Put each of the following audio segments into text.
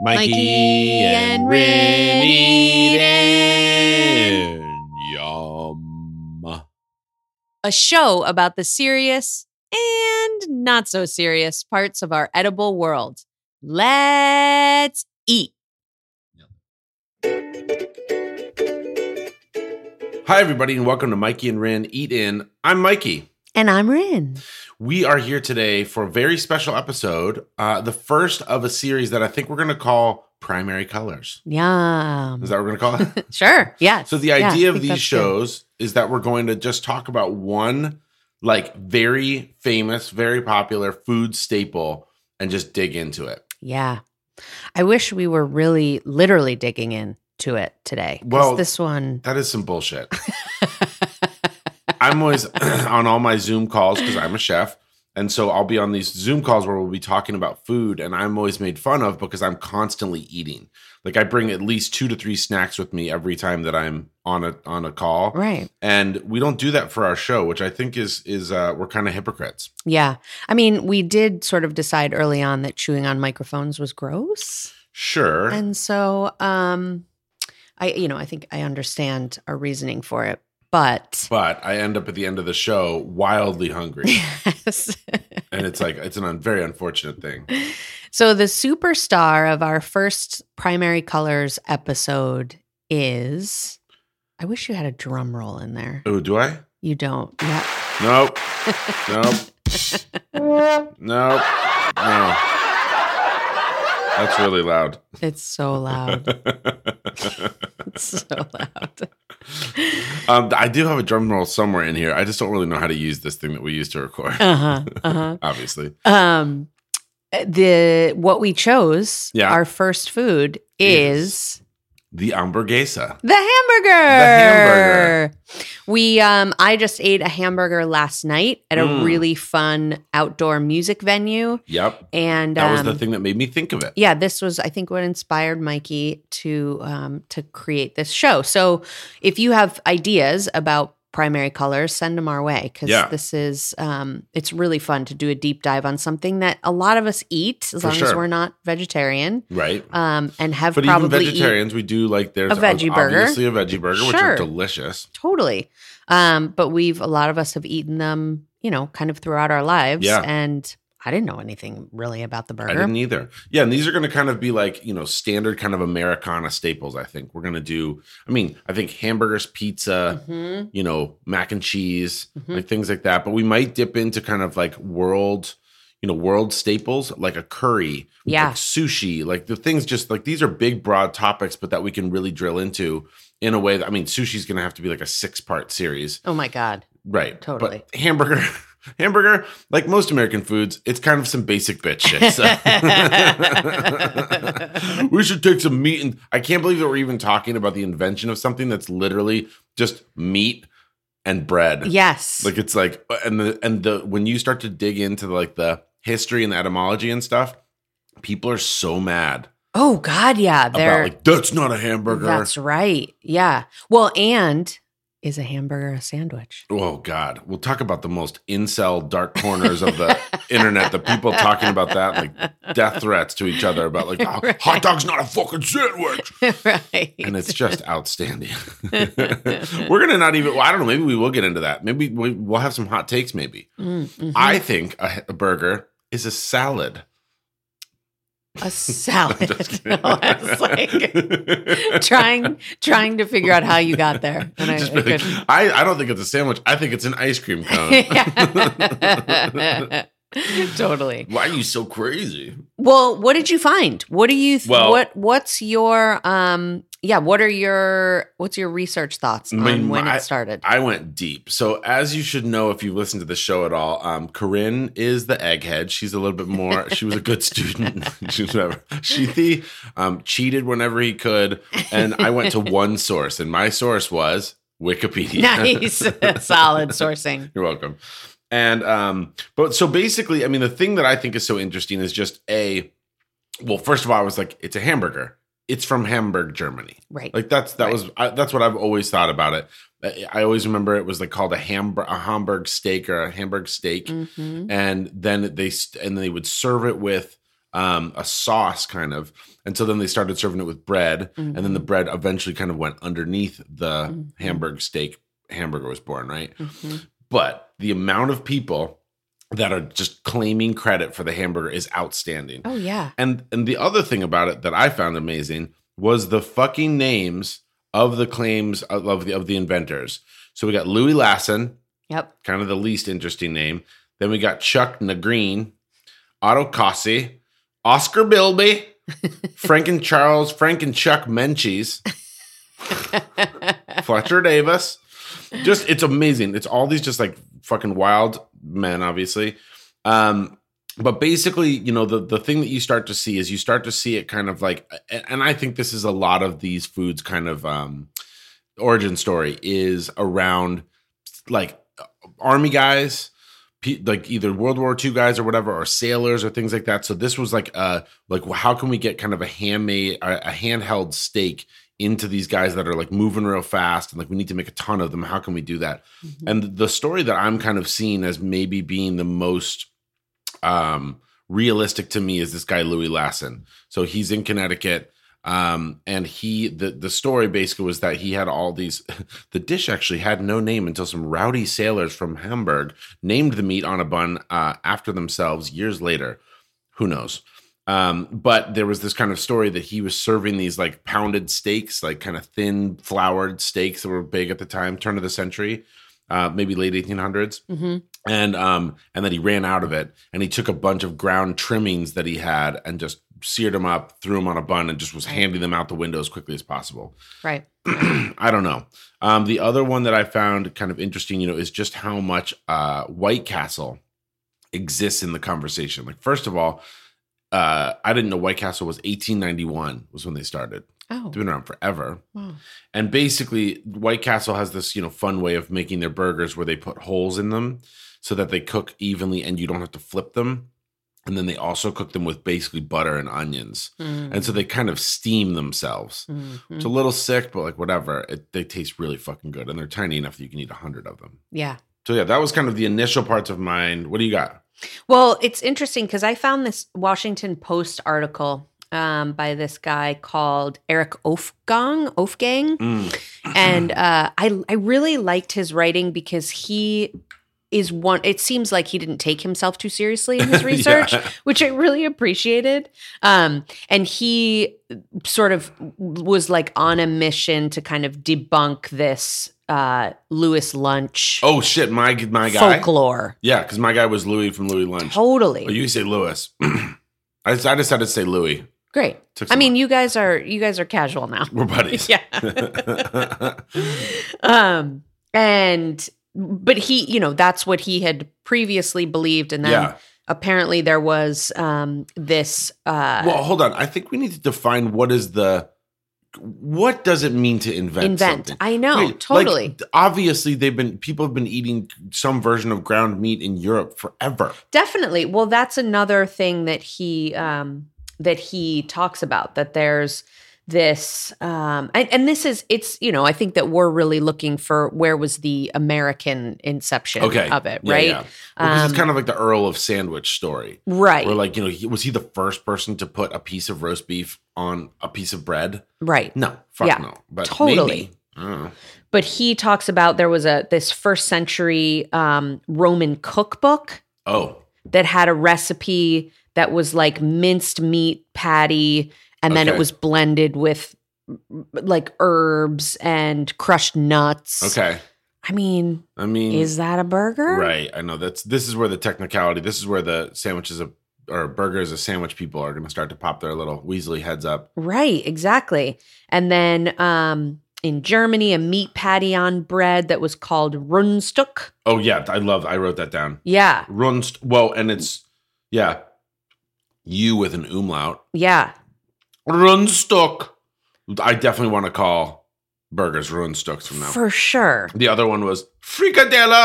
Mikey, Mikey and and Rin Rin eatin' Yum. a show about the serious and not so serious parts of our edible world. Let's eat. Hi, everybody, and welcome to Mikey and Rin Eat In. I'm Mikey. And I'm Rin. We are here today for a very special episode, uh, the first of a series that I think we're going to call Primary Colors. Yum. Is that what we're going to call it? sure. Yeah. So the Yeah, I idea of think these that's shows is that we're going to just talk about one like very famous, very popular food staple and just dig into it. Yeah. I wish we were really literally digging into it today. 'cause Well- this one, That is some bullshit. I'm always on all my Zoom calls because I'm a chef. And so I'll be on these Zoom calls where we'll be talking about food, and I'm always made fun of because I'm constantly eating. Like I bring at least two to three snacks with me every time that I'm on a on a call, right. and we don't do that for our show, which I think is is uh, we're kind of hypocrites. Yeah. I mean, we did sort of decide early on that chewing on microphones was gross. Sure. And so, um, I, you know, I think I understand our reasoning for it, but but I end up at the end of the show wildly hungry. yes. and it's like, it's an un- very unfortunate thing. so the superstar of our first primary colors episode is, I wish you had a drum roll in there. Oh, do I? You don't. Yeah. Nope. Nope. nope. No. That's really loud. It's so loud. It's so loud. um, I do have a drum roll somewhere in here. I just don't really know how to use this thing that we use to record, Uh-huh. Uh-huh. obviously. Um the what we chose, Yeah. our first food Is- is, The hamburguesa. the hamburger. hamburger. We um I just ate a hamburger last night at a Mm. really fun outdoor music venue Yep. and That was um, the thing that made me think of it. yeah, this was I think what inspired Mikey to um, to create this show. So if you have ideas about primary colors, send them our way because Yeah. this is um, it's really fun to do a deep dive on something that a lot of us eat as For long as sure. we're not vegetarian Right. um, and have But even probably eat, vegetarians, we do like there's a veggie burger. obviously a veggie burger, which are Sure. delicious. totally. Um, but we've a lot of us have eaten them, you know, kind of throughout our lives. Yeah. And I didn't know anything really about the I burger. didn't either. Yeah, and these are going to kind of be like you know standard kind of Americana staples. I think we're going to do. I mean, I think hamburgers, pizza, Mhm. you know, mac and cheese, Mhm. like things like that. But we might dip into kind of like world, you know, world staples like a curry, Yeah. like sushi, like the things. Just like these are big, broad topics, but that we can really drill into in a way that I mean, sushi's going to have to be like a six-part series, Oh my god. right? Totally. But hamburger. Hamburger, like most American foods, it's kind of some basic bitch shit. So. we should take some meat and I can't believe that we're even talking about the invention of something that's literally just meat and bread. Yes. Like it's like and the and the when you start to dig into like the history and the etymology and stuff, people are so mad oh god, yeah. about They're like that's not a hamburger. That's right. Yeah. Well, and is a hamburger a sandwich? Oh God! We'll talk about the most incel dark corners of the internet. The people talking about that, like death threats to each other about like "Oh, Right. hot dog's not a fucking sandwich. right. and it's just outstanding. We're gonna not even. Well, I don't know. Maybe we will get into that. Maybe we, we'll have some hot takes. Maybe Mm, mhm. I think a, a burger is a salad. a salad. Just kidding. I was like trying trying to figure out how you got there. And I, Just I be like, couldn't. I, I don't think it's a sandwich. I think it's an ice cream cone. Yeah. totally. Why are you so crazy? Well, what did you find? What do you th- Well- what what's your um yeah, what are your what's your research thoughts I on mean, when my- it started? I went deep. So, as you should know, if you've listened to the show at all, um, Corinne is the egghead. She's a little bit more. She was a good student. she was whatever. She the, um, cheated whenever he could, and I went to one source, and my source was Wikipedia. nice. Solid sourcing. You're welcome. And um, but so basically, I mean, the thing that I think is so interesting is just a. Well, first of all, I was like, it's a hamburger. It's from Hamburg, Germany. Right. Like that's that Right. was I, that's what I've always thought about it. I, I always remember it was like called a hamburg a Hamburg steak or a Hamburg steak, Mhm. and then they st- and they would serve it with um, a sauce kind of. And so then they started serving it with bread, and then the bread eventually kind of went underneath the Mhm. hamburg steak. Hamburger was born, right? Mhm. But the amount of people that are just claiming credit for the hamburger is outstanding. Oh yeah. And and the other thing about it that I found amazing was the fucking names of the claims of of the of the inventors. So we got Louis Lassen, Yep. kind of the least interesting name. Then we got Chuck Nagreen, Otto Cossi, Oscar Bilby, Frank and Charles, Frank and Chuck Menchies, Fletcher Davis. Just it's amazing. It's all these just like fucking wild men, obviously. Um, but basically, you know, the the thing that you start to see is you start to see it kind of like, a- and I think this is a lot of these foods kind of um, origin story is around like army guys, pe- like either World War II guys or whatever, or sailors or things like that. So this was like, uh, like well, how can we get kind of a handmade, a, a handheld steak into these guys that are like moving real fast and like we need to make a ton of them. How can we do that? And the story that I'm kind of seeing as maybe being the most um realistic to me is this guy Louis Lassen. So he's in Connecticut. Um, and he the the story basically was that he had all these the dish actually had no name until some rowdy sailors from Hamburg named the meat on a bun uh, after themselves years later. Who knows? Um, but there was this kind of story that he was serving these like pounded steaks, like kind of thin floured steaks that were big at the time, turn of the century, uh, maybe late 1800s hmm and um and then he ran out of it and he took a bunch of ground trimmings that he had and just seared them up threw them on a bun and just was handing them out the window as quickly as possible Right. i don't know um the other one that i found kind of interesting you know is just how much uh white castle exists in the conversation like first of all uh i didn't know white castle was 1891 was when they started Oh. it's been around forever Wow. and basically, White Castle has this, you know, fun way of making their burgers where they put holes in them so that they cook evenly and you don't have to flip them. And then they also cook them with basically butter and onions. And so they kind of steam themselves. Mhm. It's a little sick, but like whatever. It, they taste really fucking good. And they're tiny enough that you can eat a hundred of them. Yeah. So yeah, that was kind of the initial parts of mine. What do you got? Well, it's interesting because I found this Washington Post article um, by this guy called Eric Ofgang. Ofgang. Mm. and uh, I I really liked his writing because he is one. It seems like he didn't take himself too seriously in his research, Yeah. which I really appreciated. Um, and he sort of was like on a mission to kind of debunk this uh, Lewis Lunch Oh shit, my my guy. folklore. Yeah, because my guy was Louis from Louis Lunch. Totally Oh, you say Louis. I, I decided to say Louis. great. Took I some- mean, you guys are you guys are casual now. We're buddies. Yeah. mm-hmm. um and but he you know that's what he had previously believed and then Yeah. apparently there was um this uh Well, hold on. I think we need to define what is the what does it mean to invent invent something? i know Wait, like, totally obviously, they've been people have been eating some version of ground meat in Europe forever. definitely well that's another thing that he um that he talks about that there's this um and, and this is it's you know i think that we're really looking for where was the american inception Okay. of it Yeah, right yeah. Because it's Um, kind of like the Earl of Sandwich story, right where like you know, he, was he the first person to put a piece of roast beef on a piece of bread? right No, fuck Yeah. no. But Totally. maybe. I don't know. but he talks about there was a this first century um, Roman cookbook Oh, that had a recipe that was like minced meat patty, and then Okay. it was blended with like herbs and crushed nuts. okay. I mean, I mean, is that a burger? Right. I know that's this is where the technicality, this is where the sandwiches of, or burgers of sandwich people are going to start to pop their little weaselly heads up. Right, exactly. And then um, in Germany, a meat patty on bread that was called Rundstück. Oh yeah, I love I wrote that down. Yeah, Runst well, and it's yeah. You with an umlaut. yeah. Runstuck. I definitely want to call burgers runstucks from now. For sure. the other one was fricadella.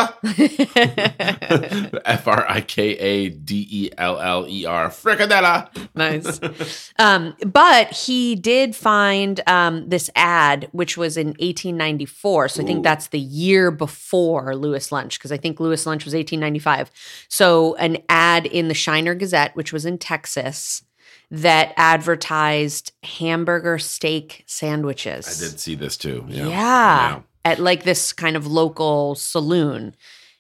F R I K A D E L L E R. Fricadella. nice. Um, but he did find um, this ad, which was in 1894. So I Ooh. think that's the year before Lewis Lunch, because I think Lewis Lunch was 1895. So an ad in the Shiner Gazette, which was in Texas, that advertised hamburger steak sandwiches. I did see this too. Yeah. Yeah. At like this kind of local saloon.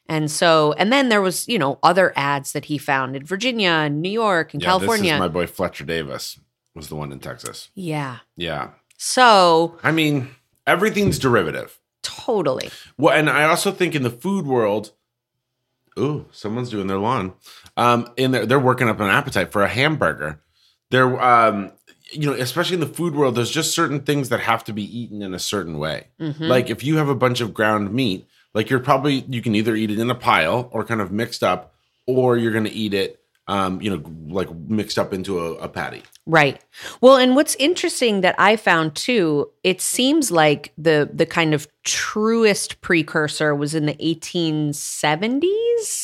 And so, and then there was, you know, other ads that he found in Virginia and New York and Yeah, This California. is my boy Fletcher Davis was the one in Texas. yeah. Yeah. So I mean, everything's derivative. totally. Well, and I also think in the food world, ooh, someone's doing their lawn. Um, in there, they're working up an appetite for a hamburger. They're, um, you know, especially in the food world, there's just certain things that have to be eaten in a certain way. Mhm. Like if you have a bunch of ground meat, like you're probably you can either eat it in a pile or kind of mixed up, or you're going to eat it, um, you know, like mixed up into a, a patty. Right. Well, and what's interesting that I found too, it seems like the the kind of truest precursor was in the 1870s.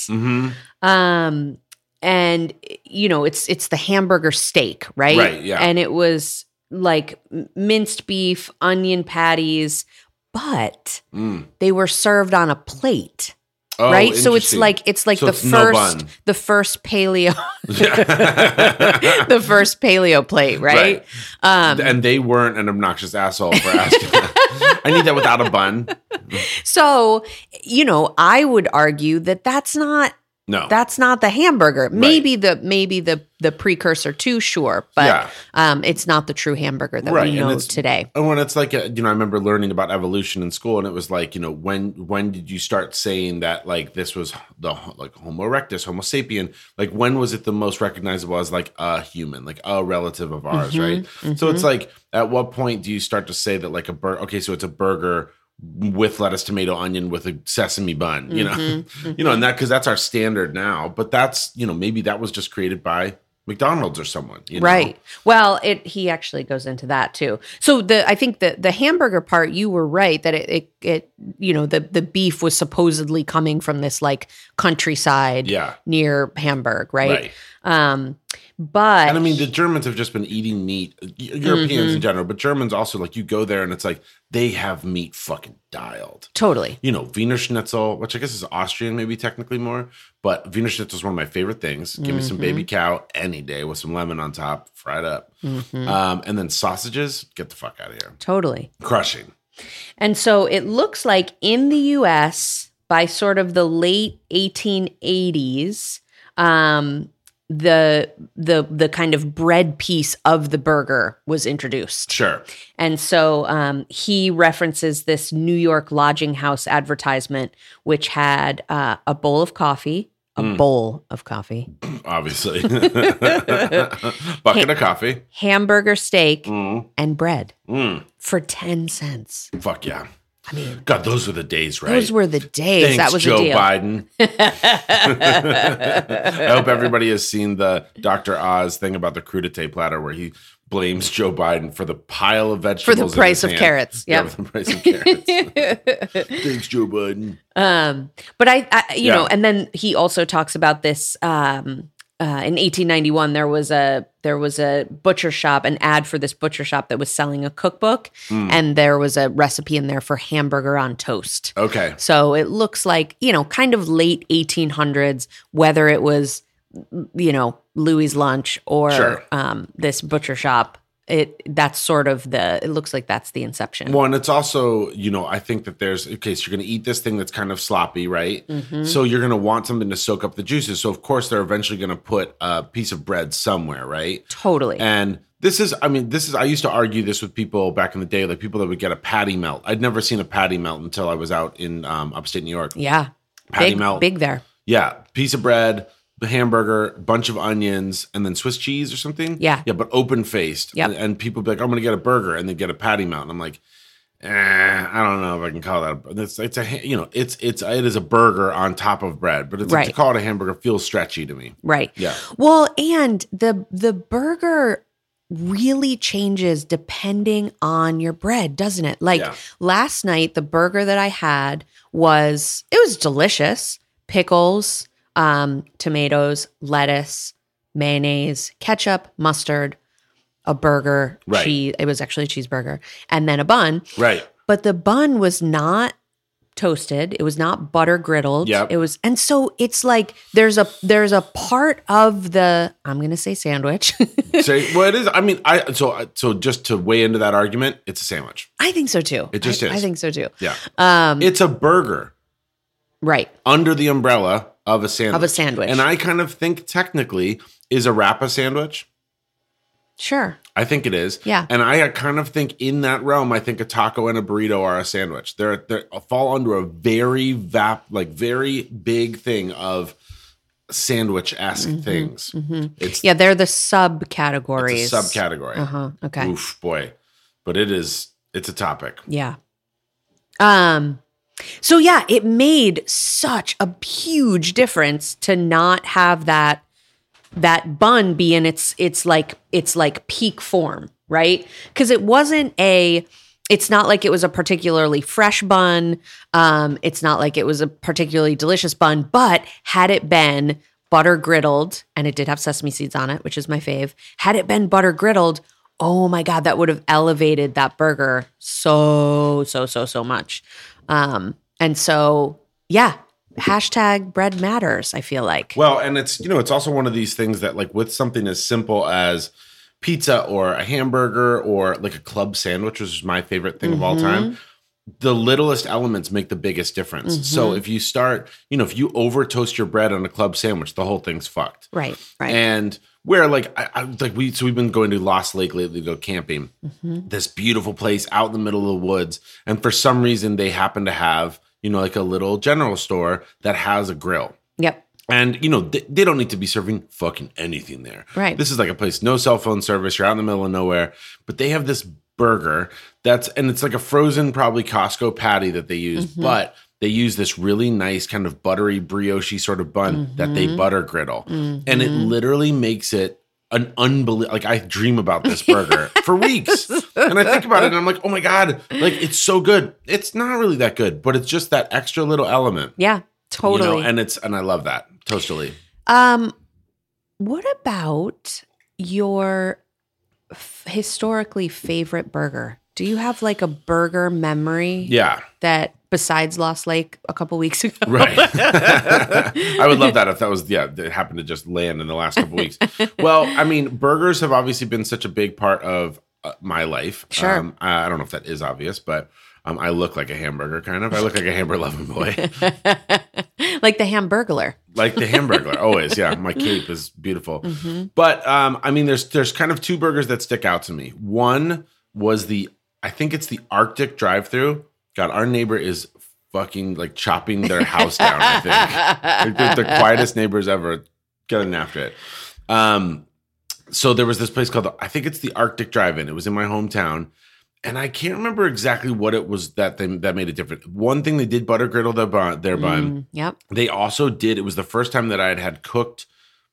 Mm-hmm. Um and you know, it's it's the hamburger steak, right? Right, yeah. And it was like m- minced beef, onion patties, but Mm. they were served on a plate, right? So it's like it's like Oh, So the it's no first bun. the first paleo the first paleo plate, right? Um and they weren't an obnoxious asshole for asking. I need that without a bun. So, you know, I would argue that that's not No, that's not the hamburger. Maybe the maybe the the precursor to sure, but Yeah. um, it's not the true hamburger that Right, we and know it's- today. And when it's like, uh you know, I remember learning about evolution in school, and it was like, you know, when when did you start saying that like this was the like Homo erectus, Homo sapien? Like when was it the most recognizable as like a human, like a relative of ours, right? So it's like, at what point do you start to say that like a burger? Okay, so it's a burger with lettuce, tomato, onion, with a sesame bun, you know, you know, and that because that's our standard now. But that's you know maybe that was just created by McDonald's or someone, you know? Right. Well, it he actually goes into that too. So the I think the the hamburger part, you were right that it it, it you know the the beef was supposedly coming from this like countryside Yeah. near Hamburg, right? Right. Um, but And I mean, the Germans have just been eating meat, Eu- Europeans Mm-hmm. in general, but Germans also, like, you go there and it's like they have meat fucking dialed. totally You know, Wiener Schnitzel, which I guess is Austrian, maybe technically more, but Wiener Schnitzel is one of my favorite things. Give me Mm-hmm. some baby cow any day with some lemon on top, fried up. Mm-hmm. Um, and then sausages, get the fuck out of here. totally. Crushing. And so it looks like in the US, by sort of the late 1880s, um, the the the kind of bread piece of the burger was introduced. Sure. And so um, he references this New York lodging house advertisement, which had uh, a bowl of coffee, a Mm. bowl of coffee, Obviously. Bucket of coffee. hamburger steak, Mm, and bread mm. for 10 cents. Fuck yeah. I mean, God, those were the days, right? those were the days. Thanks, that was Joe a deal. Biden. I hope everybody has seen the Dr. Oz thing about the crudité platter where he blames Joe Biden for the pile of for vegetables the in price his of hand. carrots. Yeah, Yep. for the price of carrots. Thanks, Joe Biden. um, but I, I you Yeah. know, and then he also talks about this. Um, uh, in 1891, there was a there was a butcher shop, an ad for this butcher shop that was selling a cookbook, Hmm. and there was a recipe in there for hamburger on toast. Okay. So it looks like you know, kind of late 1800s. Whether it was you know Louis lunch or Sure. um, this butcher shop, it that's sort of the. It looks like that's the inception. Well, and it's also, you know, I think that there's okay, so you're gonna eat this thing that's kind of sloppy, right? Mm-hmm. So you're gonna want something to soak up the juices. So of course they're eventually gonna put a piece of bread somewhere, right? totally. And this is, I mean, this is, I used to argue this with people back in the day, like people that would get a patty melt. I'd never seen a patty melt until I was out in um, upstate New York. yeah. Patty big, melt. Big there. Yeah. Piece of bread, the hamburger, bunch of onions, and then Swiss cheese or something. Yeah. Yeah. But open faced. Yep. And, and people be like, I'm going to get a burger and they get a patty melt. And I'm like, eh, I don't know if I can call that. A, it's, it's a, ha- you know, it's, it's, it is a burger on top of bread, but it's like, Right. to call it a hamburger feels stretchy to me. Right. Yeah. Well, and the the burger really changes depending on your bread, doesn't it? Like Yeah. last night the burger that I had was it was delicious. Pickles, um, tomatoes, lettuce, mayonnaise, ketchup, mustard, a burger, Right. cheese. It was actually a cheeseburger, and then a bun. Right. But the bun was not toasted. It was not butter griddled. Yep. It was and so it's like there's a there's a part of the I'm going to say sandwich. Say, well, it is. I mean, I so I- so just to weigh into that argument, it's a sandwich. I think so too. It just I, I is. think so too. Yeah, Um it's a burger right. under the umbrella of a sandwich. Of a sandwich. And I kind of think technically is a wrap a sandwich. sure. I think it is. Yeah. And I kind of think in that realm, I think a taco and a burrito are a sandwich. They're they fall under a very vap like very big thing of sandwich esque Mm-hmm. things. It's, Yeah, they're the it's subcategories. a subcategory. Uh-huh. Okay. Oof, boy, but it is it's a topic. Yeah. Um so yeah, it made such a huge difference to not have that that bun be in its its like it's like peak form, right? Cuz it wasn't a it's not like it was a particularly fresh bun. Um it's not like it was a particularly delicious bun, but had it been butter griddled and it did have sesame seeds on it, which is my fave. Had it been butter griddled, oh my god that would have elevated that burger so so so so much um and so yeah hashtag bread matters i feel like Well, and it's you know it's also one of these things that like with something as simple as pizza or a hamburger or like a club sandwich, which is my favorite thing of all time. The littlest elements make the biggest difference. So if you start, you know, if you over toast your bread on a club sandwich, the whole thing's fucked. right right And where like I, I like we so we've been going to Lost Lake lately to go camping. This beautiful place out in the middle of the woods, and for some reason they happen to have you know like a little general store that has a grill. yep And you know they, they don't need to be serving fucking anything there. Right. This is like a place no cell phone service. You're out in the middle of nowhere, but they have this burger that's and it's like a frozen probably Costco patty that they use, but they use this really nice kind of buttery brioche sort of bun that they butter griddle, Mm-hmm. and it literally makes it an unbelievable. Like I dream about this burger for weeks, and I think about it, and I'm like, oh my god, like it's so good. It's not really that good, but it's just that extra little element. yeah you know, totally and it's and I love that totally. um what about your f- historically favorite burger do you have like a burger memory Yeah, that besides lost lake a couple weeks ago right. I would love that if that was yeah, it happened to just land in the last couple weeks. Well, I mean, burgers have obviously been such a big part of uh, my life. Sure. Um, I I don't know if that is obvious, but um, I look like a hamburger kind of. I look like a hamburger loving boy, like the hamburglar like the hamburger always. Yeah, my cape is beautiful. But um, I mean, there's there's kind of two burgers that stick out to me. One was the I think it's the Arctic drive-through. God, our neighbor is fucking like chopping their house down. I think. like they're the quietest neighbors ever getting after it. Um, so there was this place called, I think it's the Arctic Drive-In. It was in my hometown, and I can't remember exactly what it was that they, that made it different. One thing they did butter griddle their bun, their bun. Mm, yep They also did. It was the first time that I had had cooked,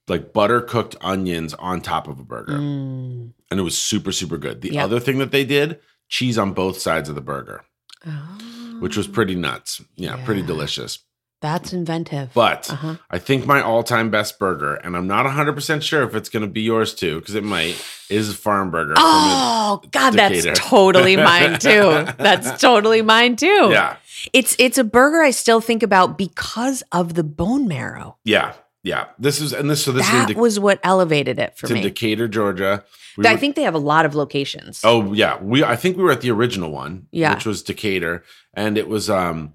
like butter cooked onions on top of a burger, Mm. and it was super super good. The Yeah. other thing that they did, cheese on both sides of the burger, Oh. which was pretty nuts. yeah. pretty Yeah. delicious. that's inventive. But Uh-huh. I think my all-time best burger, and I'm not 100% sure if it's going to be yours too, because it might, is Farm Burger. from oh God, Decatur. that's totally mine too. that's totally mine too. the- yeah, it's it's a burger I still think about because of the bone marrow. yeah, yeah. This is and this so this that is in, was what elevated it for Decatur, me. Decatur, Georgia. We I were- think they have a lot of locations. Oh yeah, we I think we were at the original one, Yeah. which was Decatur, and it was um,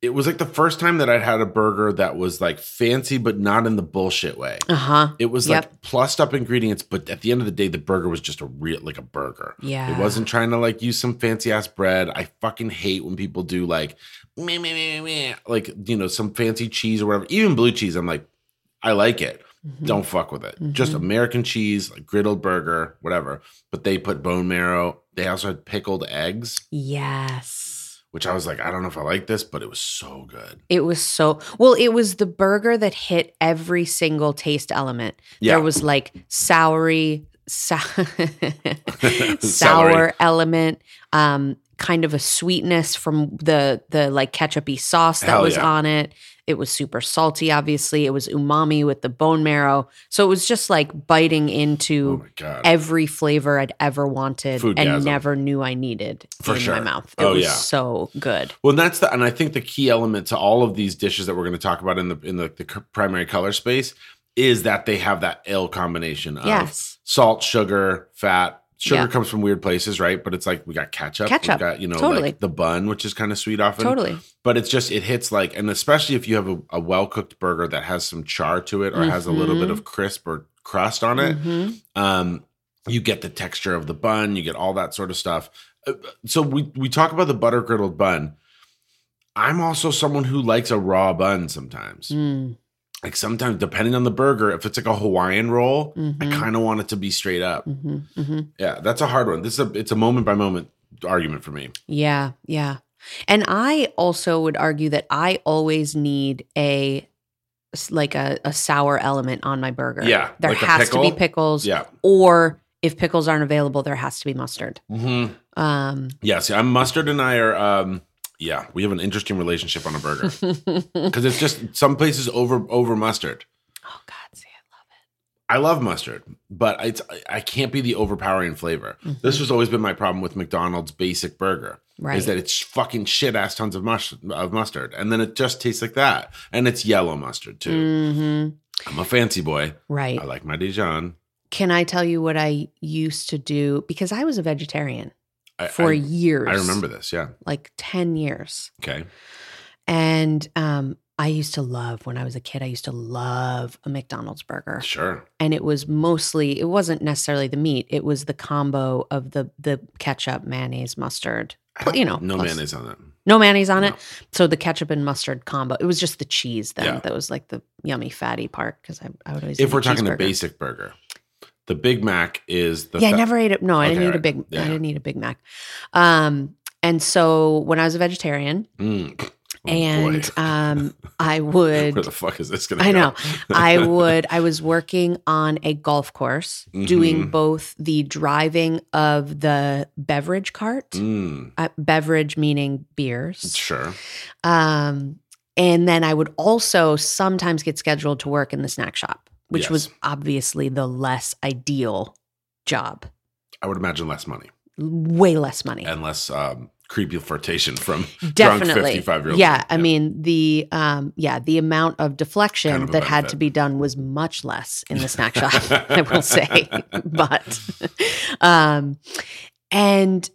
it was like the first time that I'd had a burger that was like fancy but not in the bullshit way. uh huh. It was Yep. like plussed up ingredients, but at the end of the day, the burger was just a real like a burger. Yeah. It wasn't trying to like use some fancy ass bread. I fucking hate when people do like meh, meh, meh, meh, like you know some fancy cheese or whatever. Even blue cheese, I'm like, I like it. Mm-hmm. Don't fuck with it. Just American cheese, like griddled burger, whatever. But they put bone marrow. They also had pickled eggs, Yes. which I was like, I don't know if I like this, but it was so good. It was so well. It was the burger that hit every single taste element. Yeah. There was like soury, sou- Celery. sour element, um, kind of a sweetness from the the like ketchupy sauce that Hell was yeah. on it. It was super salty, obviously. It was umami with the bone marrow. So it was just like biting Oh into my god. every flavor I'd ever wanted Foodgasm. and never knew I needed For in my sure. mouth. It Oh, was yeah. so good. Well, and that's the, and I think the key element to all of these dishes that we're going to talk about in the in the, the c- primary color space is that they have that ill combination of Yes. salt, sugar, fat. Sugar Yeah. comes from weird places, right? But it's like we got ketchup, Ketchup. we got you know Totally. like the bun, which is kind of sweet often. Totally. But it's just it hits like, and especially if you have a, a well cooked burger that has some char to it or has a little bit Mhm. of crisp or crust on it, Mhm. um, you get the texture of the bun, you get all that sort of stuff. Uh, So we we talk about the butter griddled bun. I'm also someone who likes a raw bun sometimes. Mm, Like sometimes, depending on the burger, if it's like a Hawaiian roll, I mhm, kind of want it to be straight up. mhm, mhm. Yeah, that's a hard one. This is a it's a moment by moment argument for me. Yeah. Yeah. And I also would argue that I always need a s- like a, a sour element on my burger. Yeah, There like a has to be pickle. pickles. Yeah. Or if pickles aren't available, there has to be mustard. hmm Um Yeah. See, I'm mustard and I are. Um, yeah, we have an interesting relationship on a burger because it's just some places over over mustard. Oh God, see, I love mustard, but it's I can't be the overpowering flavor. I love it. This has always been my problem with McDonald's basic burger right. is that it's fucking shit ass tons of mush of mustard, and then it just tastes like that, and it's yellow mustard too. Mhm. I'm a fancy boy. Right. I like my Dijon. Can I tell you what I used to do? Because I was a vegetarian I, for I, years. I remember this. Yeah. like 10 years. Okay. And um, I used to love, when I was a kid, I used to love a McDonald's burger. Sure. And it was mostly, it wasn't necessarily the meat, it was the combo of the, the ketchup, mayonnaise, mustard. Pl- You know, No plus- mayonnaise on that. No mayonnaise on No. it. So the ketchup and mustard combo. It was just the cheese then Yeah. that was like the yummy fatty part because I, I would always. eat If a we're talking the cheeseburger. basic burger, the Big Mac is the yeah, I fa- never ate it. No, I Okay, didn't eat a right. big. Yeah. I didn't eat a Big Mac. Um, and so when I was a vegetarian, Mm. Oh, boy. and um, I would, where the fuck is this gonna? I go? know, I would, I was working on a golf course, doing Mhm. both the driving of the beverage cart, Mm. uh, beverage meaning beers, Sure. um, and then I would also sometimes get scheduled to work in the snack shop, which Yes. was obviously the less ideal job, I would imagine less money. way less money. and less um, creepy flirtation from drunk Definitely. 55-year-olds. yeah, I Yeah. mean the um yeah, the amount of deflection Kind of a that had benefit. to be done was much less in the snack shop, I will say. but um and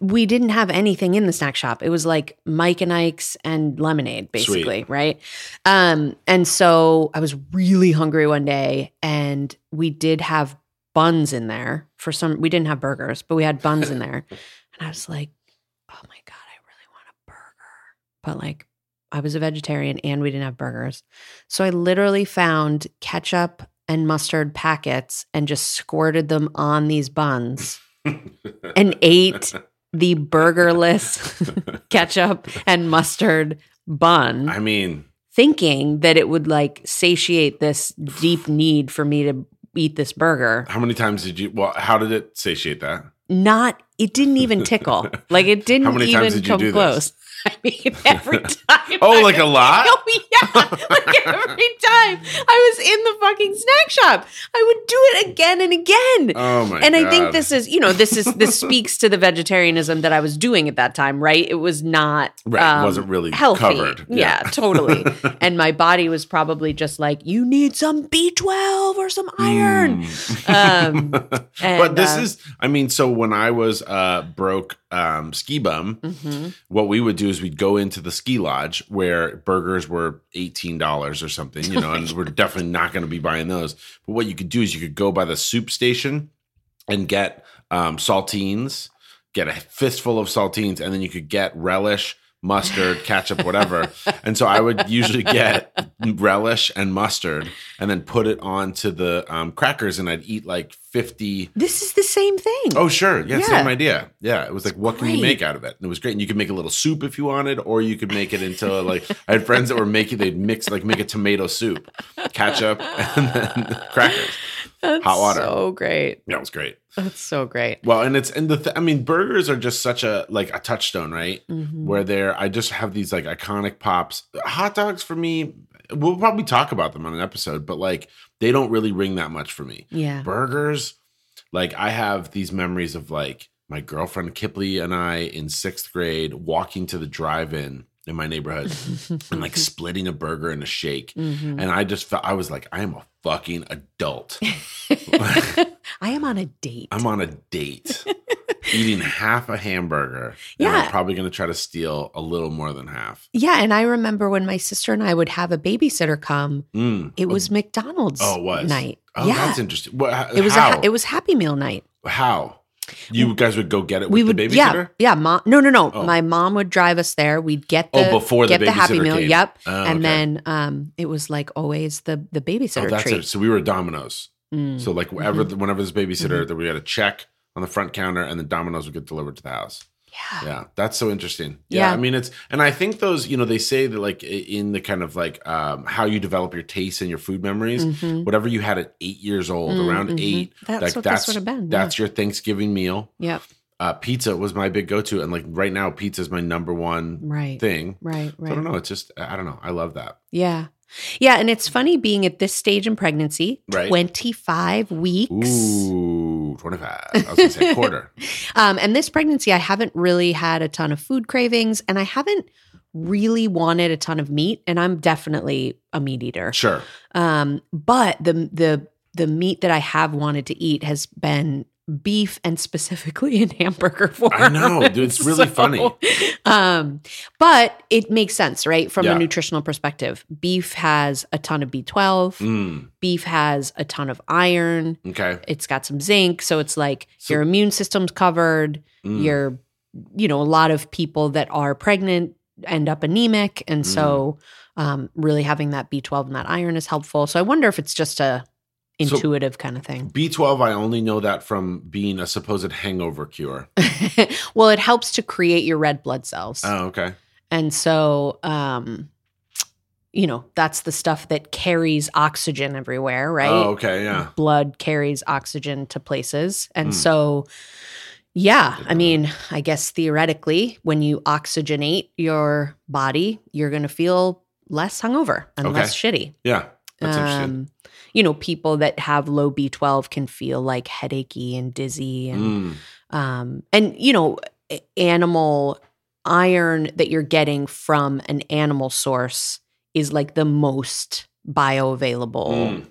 we didn't have anything in the snack shop. It was like Mike and Ike's and lemonade, basically, right? Um, and so I was really hungry one day, and we did have buns in there for some. We didn't have burgers, but we had buns in there, and I was like, "Oh my god, I really want a burger!" But like, I was a vegetarian, and we didn't have burgers, so I literally found ketchup and mustard packets and just squirted them on these buns and ate the burgerless ketchup and mustard bun I mean, thinking that it would like satiate this deep need for me to eat this burger. how many times did you? Well, how did it satiate that? Not, it didn't even tickle. Like it didn't How many even times did you come do this? close. I mean, every time. Oh, I like a was- lot? Oh, yeah. Like every time I was in the fucking snack shop, I would do it again and again. Oh my! and God. I think this is, you know, this is this speaks to the vegetarianism that I was doing at that time, right? It was not right, um, wasn't really healthy. covered. Yeah, totally. and my body was probably just like, you need some B12 or some iron. Um, Mm. but and, this uh, is, I mean, so when I was uh, broke um, ski bum, Mhm. what we would do is we'd go into the ski lodge where burgers were $18 or something, you know, and we're definitely not going to be buying those. But what you could do is you could go by the soup station and get um, saltines, get a fistful of saltines, and then you could get relish, mustard, ketchup, whatever. and so I would usually get relish and mustard and then put it onto the um, crackers and I'd eat like 50. This is the same thing. Oh, sure. Yeah, same Yeah. idea. Yeah. It was like, what can you great. make out of it? And it was great. And you could make a little soup if you wanted, or you could make it into like, I had friends that were making, they'd mix, like, make a tomato soup, ketchup, and then crackers. That's Hot water. So great. That was great. That's so great. Well, and it's and the th- I mean, burgers are just such a like a touchstone, right? Mhm. Where they're I just have these like iconic pops. Hot dogs for me, we'll probably talk about them on an episode, but like they don't really ring that much for me. yeah. burgers. Like I have these memories of like my girlfriend Kipley and I in sixth grade walking to the drive-in in my neighborhood and like splitting a burger and a shake. Mhm. And I just felt I was like, I am a fucking adult. I am on a date. I'm on a date. Eating half a hamburger. and I'm Yeah. probably gonna try to steal a little more than half. yeah, and I remember when my sister and I would have a babysitter come. Mm. It was McDonald's. Oh, it was? night. Oh, yeah, that's interesting. What, it was how? a ha- it was Happy Meal night. how? You guys would go get it with we would the babysitter? yeah yeah mom no no no Oh. my mom would drive us there. We'd get Oh, the before the get the Happy babysitter Meal. came. Yep, Oh, and okay. then um it was like always the the babysitter Oh, that's treat. it. So we were Domino's. Mm. So like whenever whenever this babysitter Mm-hmm. that we had a check on the front counter and the dominoes would get delivered to the house. yeah. Yeah. That's so interesting. Yeah, Ah. Yeah. I mean it's and I think those, you know, they say that like i- in the kind of like um how you develop your tastes and your food memories, Mhm. whatever you had at 8 years old, Mm, around mhm. 8, That's like what that's this would have been. that's your Thanksgiving meal. yeah. yep. Uh pizza was my big go-to and like right now pizza is my number one Right. thing. Right. So Right. I don't know, it's just I don't know. I love that. Yeah. Yeah. And it's funny being at this stage in pregnancy, Right. 25 weeks. Ooh, 25. I was going to say quarter. Um, and this pregnancy, I haven't really had a ton of food cravings and I haven't really wanted a ton of meat. And I'm definitely a meat eater. Sure. Um, but the, the, the meat that I have wanted to eat has been beef and specifically in hamburger form. I know, dude, it's really funny. Um, but it makes sense, right? From Yeah. a nutritional perspective, beef has a ton of B12. Mm, beef has a ton of iron. okay. It's got some zinc, so it's like So- your immune system's covered. Mm. Your, you know, a lot of people that are pregnant end up anemic, and so Hmm. um, really having that B twelve and that iron is helpful. So I wonder if it's just a So- intuitive kind of thing. B12, I only know that from being a supposed hangover cure. well, it helps to create your red blood cells, Oh, okay. and so. Um, you know, that's the stuff that carries oxygen everywhere, right? Oh, okay. Yeah. blood carries oxygen to places. And Hmm. so, yeah, Didn't know I mean, I guess theoretically, when you oxygenate your body, you're going to feel less hungover and Okay. less shitty. Yeah. That's interesting. Um, you know, people that have low B12 can feel like headachy and dizzy and Mm, um, and you know a- animal iron that you're getting from an animal source is like the most bioavailable mm.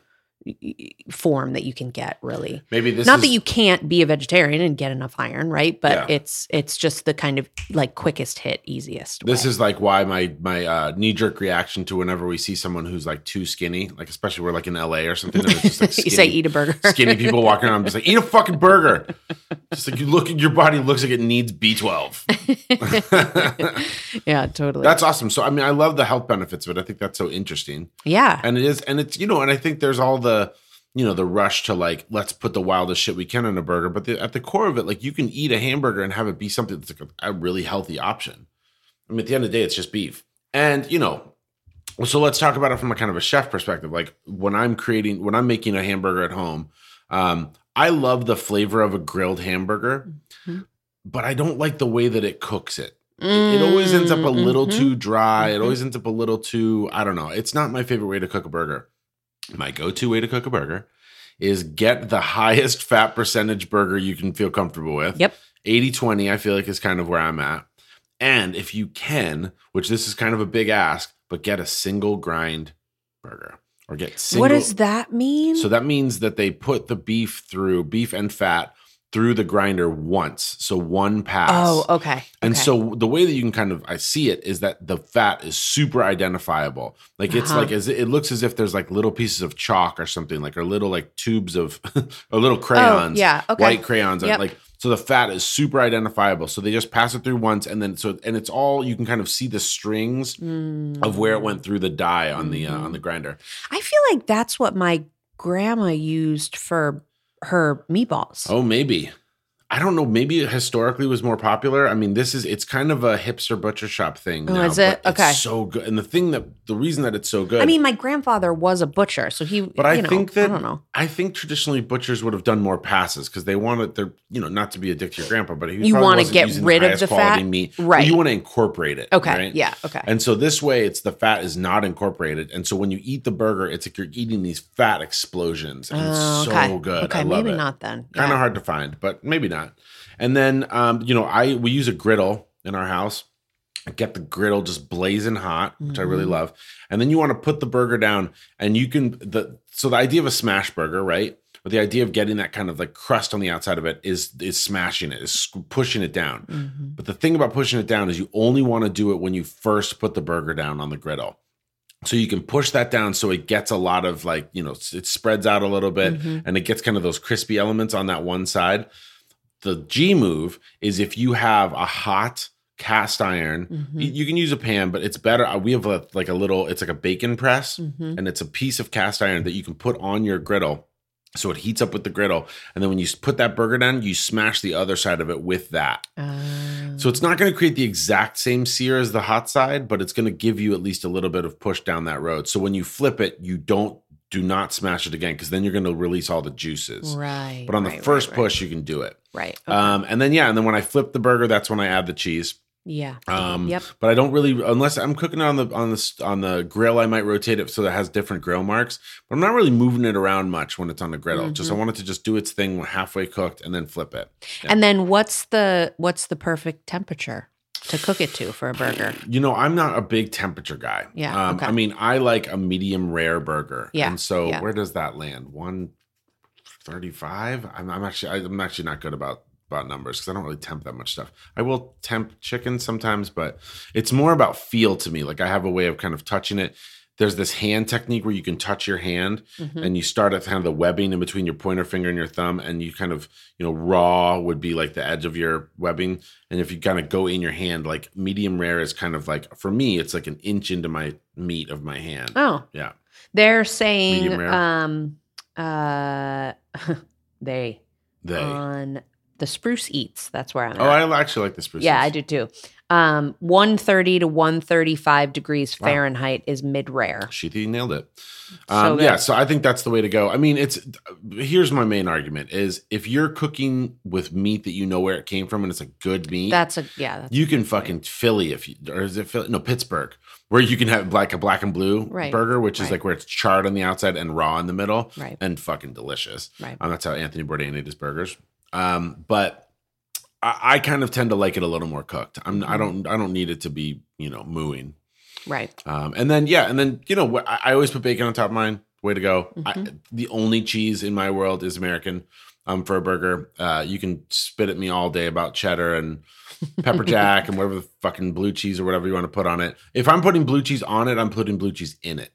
y- y- form that you can get really Maybe this not is, that you can't be a vegetarian and get enough iron right but Yeah. it's it's just the kind of like quickest hit easiest This is like why my my uh, knee jerk reaction to whenever we see someone who's like too skinny, like especially we're like in LA or something, and it's just like you say skinny, eat a burger skinny people walking around, I'm just like eat a fucking burger. Just like you look, your body looks like it needs B12. yeah totally that's awesome. So I mean, I love the health benefits of it. I think that's so interesting. yeah and it is and it's you know and i think there's all the you know the rush to like let's put the wildest shit we can in a burger but the, at the core of it like you can eat a hamburger and have it be something that's like a, a really healthy option i mean at the end of the day it's just beef and you know so let's talk about it from a kind of a chef perspective like when i'm creating when i'm making a hamburger at home um i love the flavor of a grilled hamburger Mhm. but i don't like the way that it cooks it it it always ends up a little Mhm. too dry. It Mhm. always ends up a little too, I don't know. It's not my favorite way to cook a burger. My go to way to cook a burger is get the highest fat percentage burger you can feel comfortable with. Yep. 80 20, I feel like is kind of where I'm at. And if you can, which this is kind of a big ask, but get a single grind burger or get single. what does that mean So that means that they put the beef through, beef and fat through the grinder once. So one pass. oh okay And okay. so the way that you can kind of I see it is that the fat is super identifiable. Like it's Uh-huh. like as it looks as if there's like little pieces of chalk or something, like or little like tubes of or little crayons. oh, yeah okay White crayons. Yep. Like so the fat is super identifiable. So they just pass it through once and then so and it's all you can kind of see the strings Mm. of where it went through the die on the uh, on Mm-hmm. the grinder. i feel like that's what my grandma used for her meatballs Oh maybe. I don't know. Maybe it historically was more popular. I mean, this is it's kind of a hipster butcher shop thing. Oh, now, is it? but it's Okay. so good, and the thing that the reason that it's so good. I mean, my grandfather was a butcher, so he. But I you know, think that- I don't know. I think traditionally butchers would have done more passes because they wanted their, you know, not to be a dick to your grandpa, but he You probably wanna wasn't get using rid of highest the quality fat? meat, but Right. You want to incorporate it, Okay. right? Yeah. Okay. And so this way, it's the fat is not incorporated, and so when you eat the burger, it's like you're eating these fat explosions, and Oh, it's so okay. good. Okay. I love maybe it. not then. Kind of Yeah. hard to find, but maybe not. And then, um, you know, I we use a griddle in our house. I get the griddle just blazing hot, which I really Mhm. love. And then you want to put the burger down, and you can the so the idea of a smash burger, right? But the idea of getting that kind of like crust on the outside of it is is smashing it, is squ- pushing it down. Mhm. But the thing about pushing it down is you only want to do it when you first put the burger down on the griddle. So you can push that down so it gets a lot of like, you know, s- it spreads out a little bit Mhm. and it gets kind of those crispy elements on that one side. The G move is if you have a hot cast iron, Mhm. y- you can use a pan, but it's better. uh, We have a, like a little, it's like a bacon press Mhm. and it's a piece of cast iron that you can put on your griddle. So it heats up with the griddle. And then when you s- put that burger down, you smash the other side of it with that. Uh, So it's not going to create the exact same sear as the hot side, but it's going to give you at least a little bit of push down that road. So when you flip it, you don't do not smash it again because then you're going to release all the juices. Oh, right. But on the right, right, first right, push, you can do it. Right. okay. Um, and then yeah, and then when I flip the burger, that's when I add the cheese. yeah. Um, Yep. But I don't really, unless I'm cooking it on the on the s- on the grill, I might rotate it so that it has different grill marks. But I'm not really moving it around much when it's on the griddle. Just I Mm-hmm. want it to just do its thing halfway cooked and then flip it. And then what's the what's the perfect temperature to cook it to for a burger? You know, I'm not a big temperature guy. Yeah, Um, okay. I mean, I like a medium rare burger. Yeah, And so yeah. where does that land? 135? I'm, I'm actually, I'm actually not good about, about numbers because I don't really temp that much stuff. I will temp chicken sometimes, but it's more about feel to me. Like I have a way of kind of touching it. There's this hand technique where you can touch your hand Mm-hmm. and you start at kind of the webbing in between your pointer finger and your thumb and you kind of you know raw would be like the edge of your webbing and if you kind of go in your hand like medium rare is kind of like for me it's like an inch into my meat of my hand Oh, yeah they're saying Medium rare. um uh they they on the Spruce Eats. That's where I'm. oh at. i actually like this person yeah, I do too. Um, one thirty to one thirty-five degrees Wow. Fahrenheit is mid-rare. Sheethy nailed it. So Um, good. yeah, so I think that's the way to go. I mean, it's here's my main argument is if you're cooking with meat that you know where it came from and it's a good meat, That's a yeah. That's, You can fucking Philly if you or is it Philly? No, Pittsburgh, where you can have like a black and blue Right. burger, which is Right. like where it's charred on the outside and raw in the middle, Right. and fucking delicious. Right. Um, that's how Anthony Bourdain ate his burgers. Um, but I, I kind of tend to like it a little more cooked. I'm Mm-hmm. I don't I don't need it to be you know mooing. right. Um, and then yeah, and then you know wh- I, I always put bacon on top of mine. Way to go! Mm-hmm. I, the only cheese in my world is American. Um, for a burger, uh, you can spit at me all day about cheddar and pepper jack and whatever the fucking blue cheese or whatever you want to put on it. If I'm putting blue cheese on it, I'm putting blue cheese in it.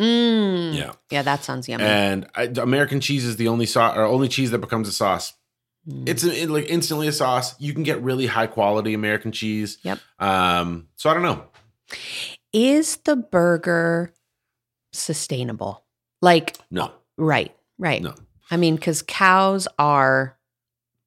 Mm. Yeah. Yeah, that sounds yummy. And I, American cheese is the only sauce or only cheese that becomes a sauce. Mm. It's a, it, like instantly a sauce. You can get really high quality American cheese. Yep. Um. So I don't know. is the burger sustainable? Like No right, right. No. I mean, because cows are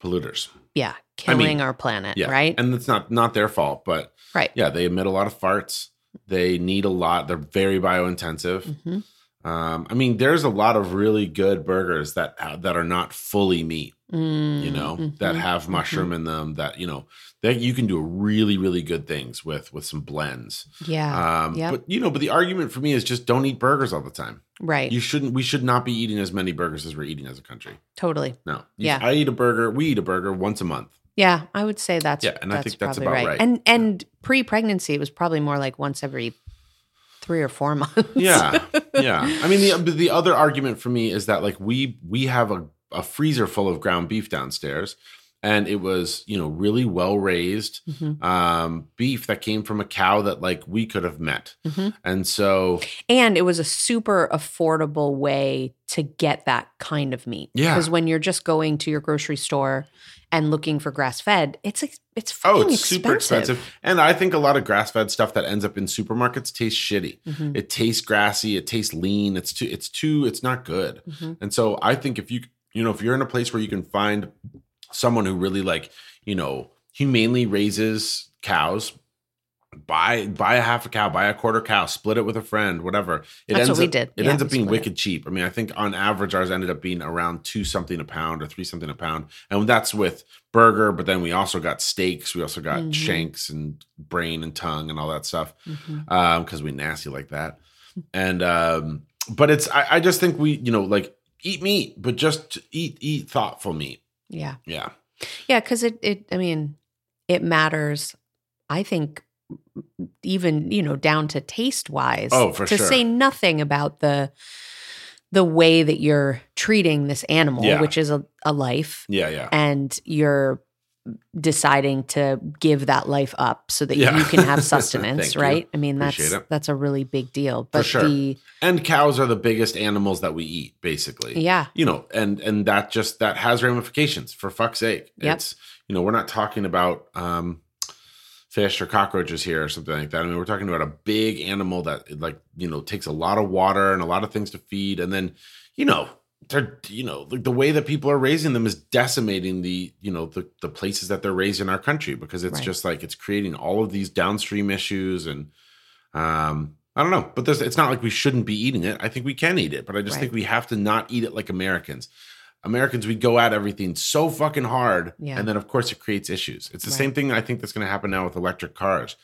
polluters. yeah I killing mean, our planet Yeah. right And it's not not their fault, but right yeah, they emit a lot of farts. They need a lot. They're very biointensive. Mhm. Um, I mean, there's a lot of really good burgers that uh, that are not fully meat. You Mm, know, mhm. that have mushroom in them. That you know, that you can do really really good things with with some blends. Mm-hmm. yeah Um, yep. But you know, but the argument for me is just don't eat burgers all the time. right You shouldn't. We should not be eating as many burgers as we're eating as a country. totally No. Yeah. I eat a burger. We eat a burger once a month. yeah i would say that's Yeah, and I that's think that's probably about right. right. and and pre-pregnancy it was probably more like once every three or four months yeah yeah i mean the um, the other argument for me is that like we we have a, a freezer full of ground beef downstairs and it was you know really well raised Mhm. um beef that came from a cow that like we could have met Mhm. and so and it was a super affordable way to get that kind of meat Yeah. because when you're just going to your grocery store and looking for grass-fed it's ex- it's oh fucking it's super expensive and i think a lot of grass-fed stuff that ends up in supermarkets tastes shitty Mhm. it tastes grassy it tastes lean it's too it's too it's not good Mhm. and so i think if you you know if you're in a place where you can find someone who really like you know humanely raises cows buy buy a half a cow buy a quarter cow split it with a friend whatever it That's what we up, did. it Yeah, ends we up being split it. wicked cheap i mean i think on average ours ended up being around two something a pound or three something a pound and that's with burger but then we also got steaks we also got Mhm. shanks and brain and tongue and all that stuff Mm-hmm. um because we nasty like that and um but it's I, I just think we you know like eat meat but just eat eat thoughtful meat Yeah. yeah Yeah, because it, it, I mean, it matters, I think, even, you know, down to taste wise. Oh, for to sure. say nothing about the, the way that you're treating this animal, Yeah. which is a, a life, yeah yeah and you're deciding to give that life up so that Yeah. you can have sustenance, Thank you. right? I mean, that's Appreciate it. that's a really big deal. But sure. the and cows are the biggest animals that we eat basically yeah, you know and and that just that has ramifications for fuck's sake Yep. it's you know we're not talking about um fish or cockroaches here or something like that i mean we're talking about a big animal that like you know takes a lot of water and a lot of things to feed and then you know they're you know like the way that people are raising them is decimating the you know the, the places that they're raised in our country because it's Right. just like it's creating all of these downstream issues and um i don't know but there's it's not like we shouldn't be eating it i think we can eat it but i just Right. think we have to not eat it like americans americans we go at everything so fucking hard Yeah. and then of course it creates issues it's the Right. same thing i think that's going to happen now with electric cars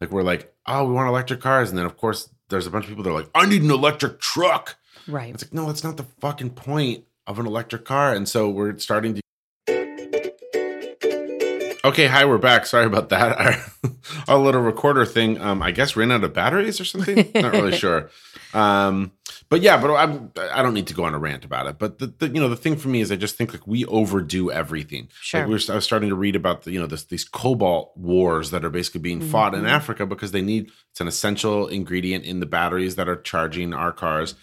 like we're like oh we want electric cars and then of course there's a bunch of people that are like i need an electric truck right. it's like, no, that's not the fucking point of an electric car. And so we're starting to. Okay, hi, we're back. Sorry about that. Our, our little recorder thing, um, I guess, ran out of batteries or something. Not really sure. Um, but yeah, but I'm, I don't need to go on a rant about it. But the, the you know the thing for me is I just think like we overdo everything. Sure. Like we were, I was starting to read about the, you know this, these cobalt wars that are basically being fought in Mhm. Africa because they need it's an essential ingredient in the batteries that are charging our cars,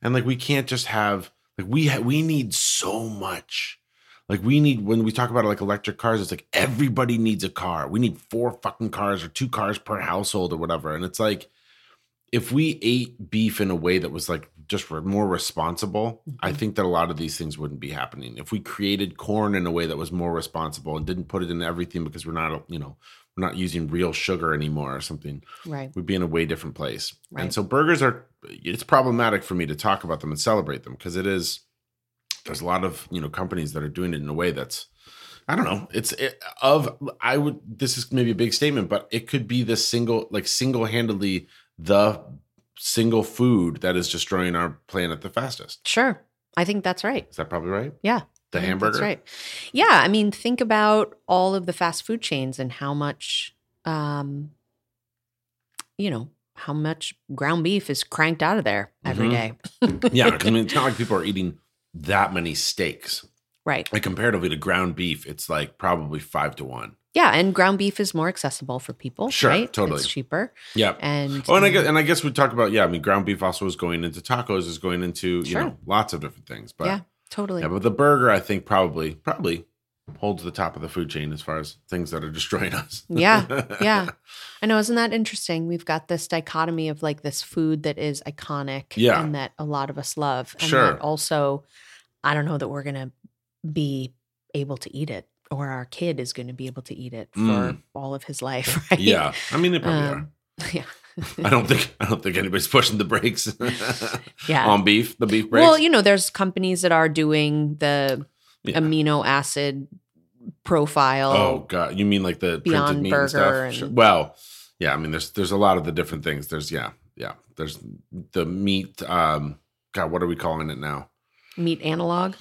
and like we can't just have like we ha- we need so much. Like we need when we talk about like electric cars, it's like everybody needs a car. We need four fucking cars or two cars per household or whatever. And it's like if we ate beef in a way that was like just re- more responsible, I Mhm. think that a lot of these things wouldn't be happening. If we created corn in a way that was more responsible and didn't put it in everything because we're not, you know, we're not using real sugar anymore or something, right. we'd be in a way different place. Right. And so burgers are it's problematic for me to talk about them and celebrate them because it is there's a lot of, you know, companies that are doing it in a way that's I don't know. It's it, of I would this is maybe a big statement, but it could be the single like single-handedly the single food that is destroying our planet the fastest. Sure. I think that's right. Is that probably right? Yeah. The I think hamburger. That's right. Yeah. I mean, think about all of the fast food chains and how much, um, you know, how much ground beef is cranked out of there every Mhm. day. Yeah, 'cause I mean it's not like people are eating that many steaks. Right. Like comparatively to ground beef, it's like probably 5 to 1. Yeah. And ground beef is more accessible for people. Sure, Right. totally. It's cheaper. Yeah. And, Oh, and I guess and I guess we talked about yeah. I mean, ground beef also is going into tacos, is going into you Sure. know lots of different things. But yeah. yeah, totally. but the burger I think probably probably holds the top of the food chain as far as things that are destroying us. Yeah, yeah. I know, isn't that interesting? We've got this dichotomy of like this food that is iconic Yeah. and that a lot of us love. And Sure. that also, I don't know that we're going to be able to eat it or our kid is going to be able to eat it for Mm. all of his life, right? yeah. I mean, they probably Um, are. I yeah. don't think I don't think anybody's pushing the brakes yeah. on beef. The beef brakes. well, you know, there's companies that are doing the Yeah. amino acid profile. oh god, you mean like the printed Beyond meat Burger and stuff? Sure. and- Well, yeah. I mean, there's there's a lot of the different things. There's yeah yeah. There's the meat. Um, God, what are we calling it now? Meat analog.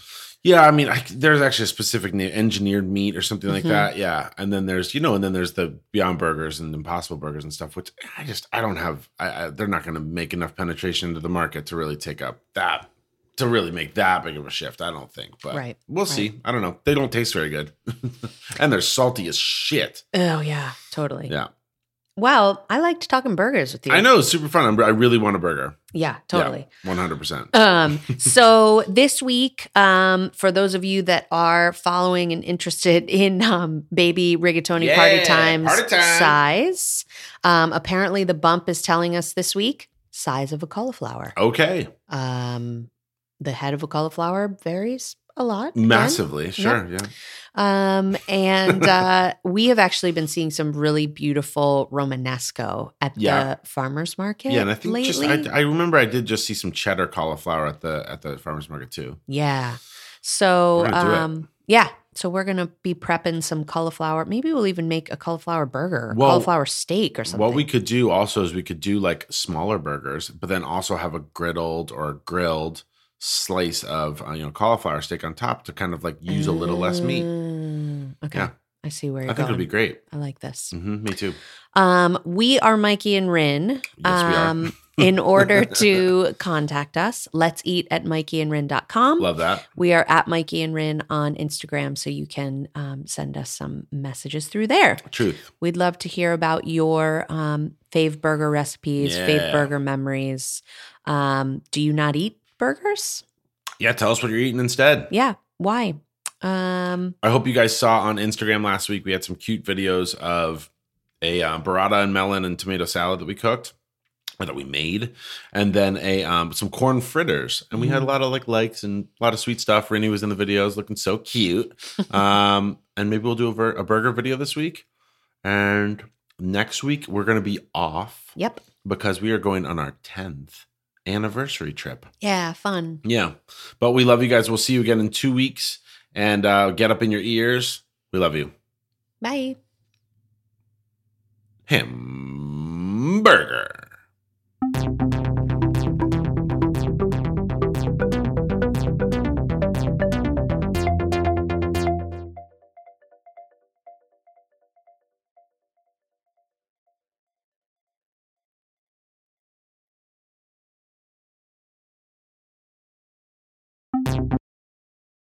Yeah, I mean, I, there's actually a specific name, engineered meat or something like Mhm. that. Yeah, and then there's you know, and then there's the Beyond Burgers and Impossible Burgers and stuff, which I just I don't have. I, I they're not going to make enough penetration into the market to really take up that to really make that big of a shift. I don't think, but Right, we'll see. I don't know. They don't taste very good, and they're salty as shit. Oh, yeah. Totally. Yeah, Well, I liked talking burgers with you. I know, it's super fun. I'm, I really want a burger. Yeah, totally. One hundred percent. Um, so this week, um, for those of you that are following and interested in um, baby rigatoni Yeah, party times party time. size, um, apparently the bump is telling us this week size of a cauliflower. Okay, Um, the head of a cauliflower varies a lot. again. massively. Sure. Yeah. Um, and uh, we have actually been seeing some really beautiful Romanesco at Yeah. the farmers market. Yeah, and I think lately. just I, I remember I did just see some cheddar cauliflower at the at the farmers market too. yeah. So We're gonna do it. um, yeah. So we're gonna be prepping some cauliflower. Maybe we'll even make a cauliflower burger, or Well, cauliflower steak, or something. What we could do also is we could do like smaller burgers, but then also have a griddled or grilled slice of uh, you know cauliflower steak on top to kind of like use a little less meat. Mm, Okay. Yeah. I see where I you're think going. it'd be great. I like this. hmm me too. Um, we are Mikey and Rin. Yes, we are. um, in order to contact us, let's eat at mikeyandrin.com. Love that. We are at Mikey and Rin on Instagram, so you can um, send us some messages through there. Truth. We'd love to hear about your um, fave burger recipes, fave Yeah. burger memories. Um, do you not eat burgers? Yeah, tell us what you're eating instead. Yeah. Why? Um, I hope you guys saw on Instagram last week. We had some cute videos of a uh, burrata and melon and tomato salad that we cooked, or that we made, and then a um, some corn fritters. And we had a lot of like likes and a lot of sweet stuff. Rennie was in the videos, looking so cute. um, and maybe we'll do a, ver- a burger video this week. And next week we're going to be off yep. because we are going on our tenth anniversary trip. Yeah, fun. Yeah. But we love you guys. We'll see you again in two weeks. And uh, get up in your ears. We love you. Bye. Hamburger.